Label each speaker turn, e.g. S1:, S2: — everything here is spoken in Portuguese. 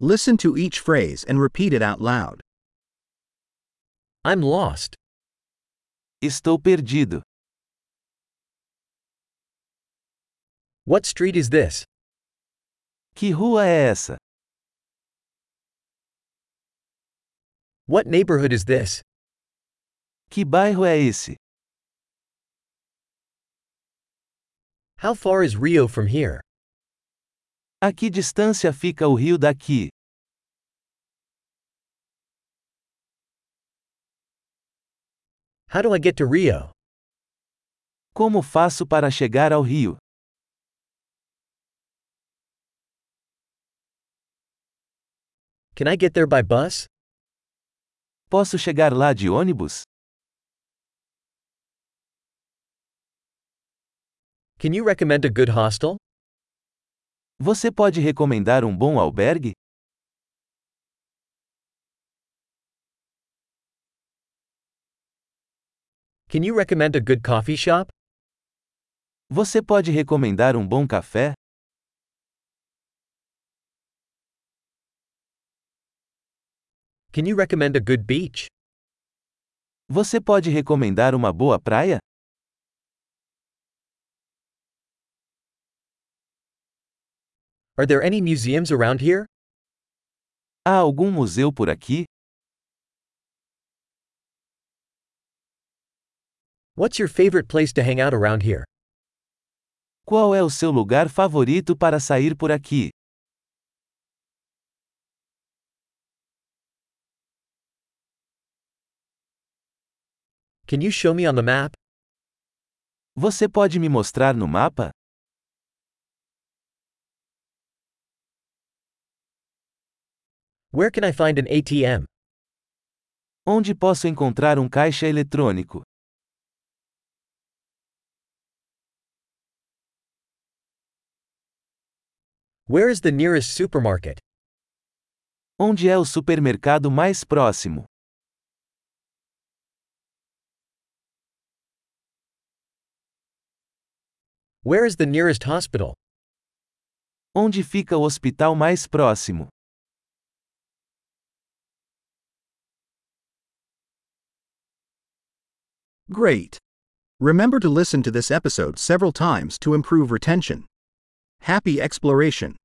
S1: Listen to each phrase and repeat it out loud.
S2: I'm lost.
S3: Estou perdido.
S2: What street is this?
S3: Que rua é essa?
S2: What neighborhood is this?
S3: Que bairro é esse?
S2: How far is Rio from here?
S3: A que distância fica o rio daqui?
S2: How do I get to Rio?
S3: Como faço para chegar ao rio?
S2: Can I get there by bus?
S3: Posso chegar lá de ônibus?
S2: Can you recommend a good hostel?
S3: Você pode recomendar um bom albergue?
S2: Can you recommend a good coffee shop?
S3: Você pode recomendar um bom café?
S2: Can you recommend a good beach?
S3: Você pode recomendar uma boa praia?
S2: Are there any museums around here?
S3: Há algum museu por aqui?
S2: What's your favorite place to hang out around here?
S3: Qual é o seu lugar favorito para sair por aqui?
S2: Can you show me on the map?
S3: Você pode me mostrar no mapa?
S2: Where can I find an ATM?
S3: Onde posso encontrar um caixa eletrônico?
S2: Where is the nearest supermarket?
S3: Onde é o supermercado mais próximo?
S2: Where is the nearest hospital?
S3: Onde fica o hospital mais próximo?
S1: Great! Remember to listen to this episode several times to improve retention. Happy exploration!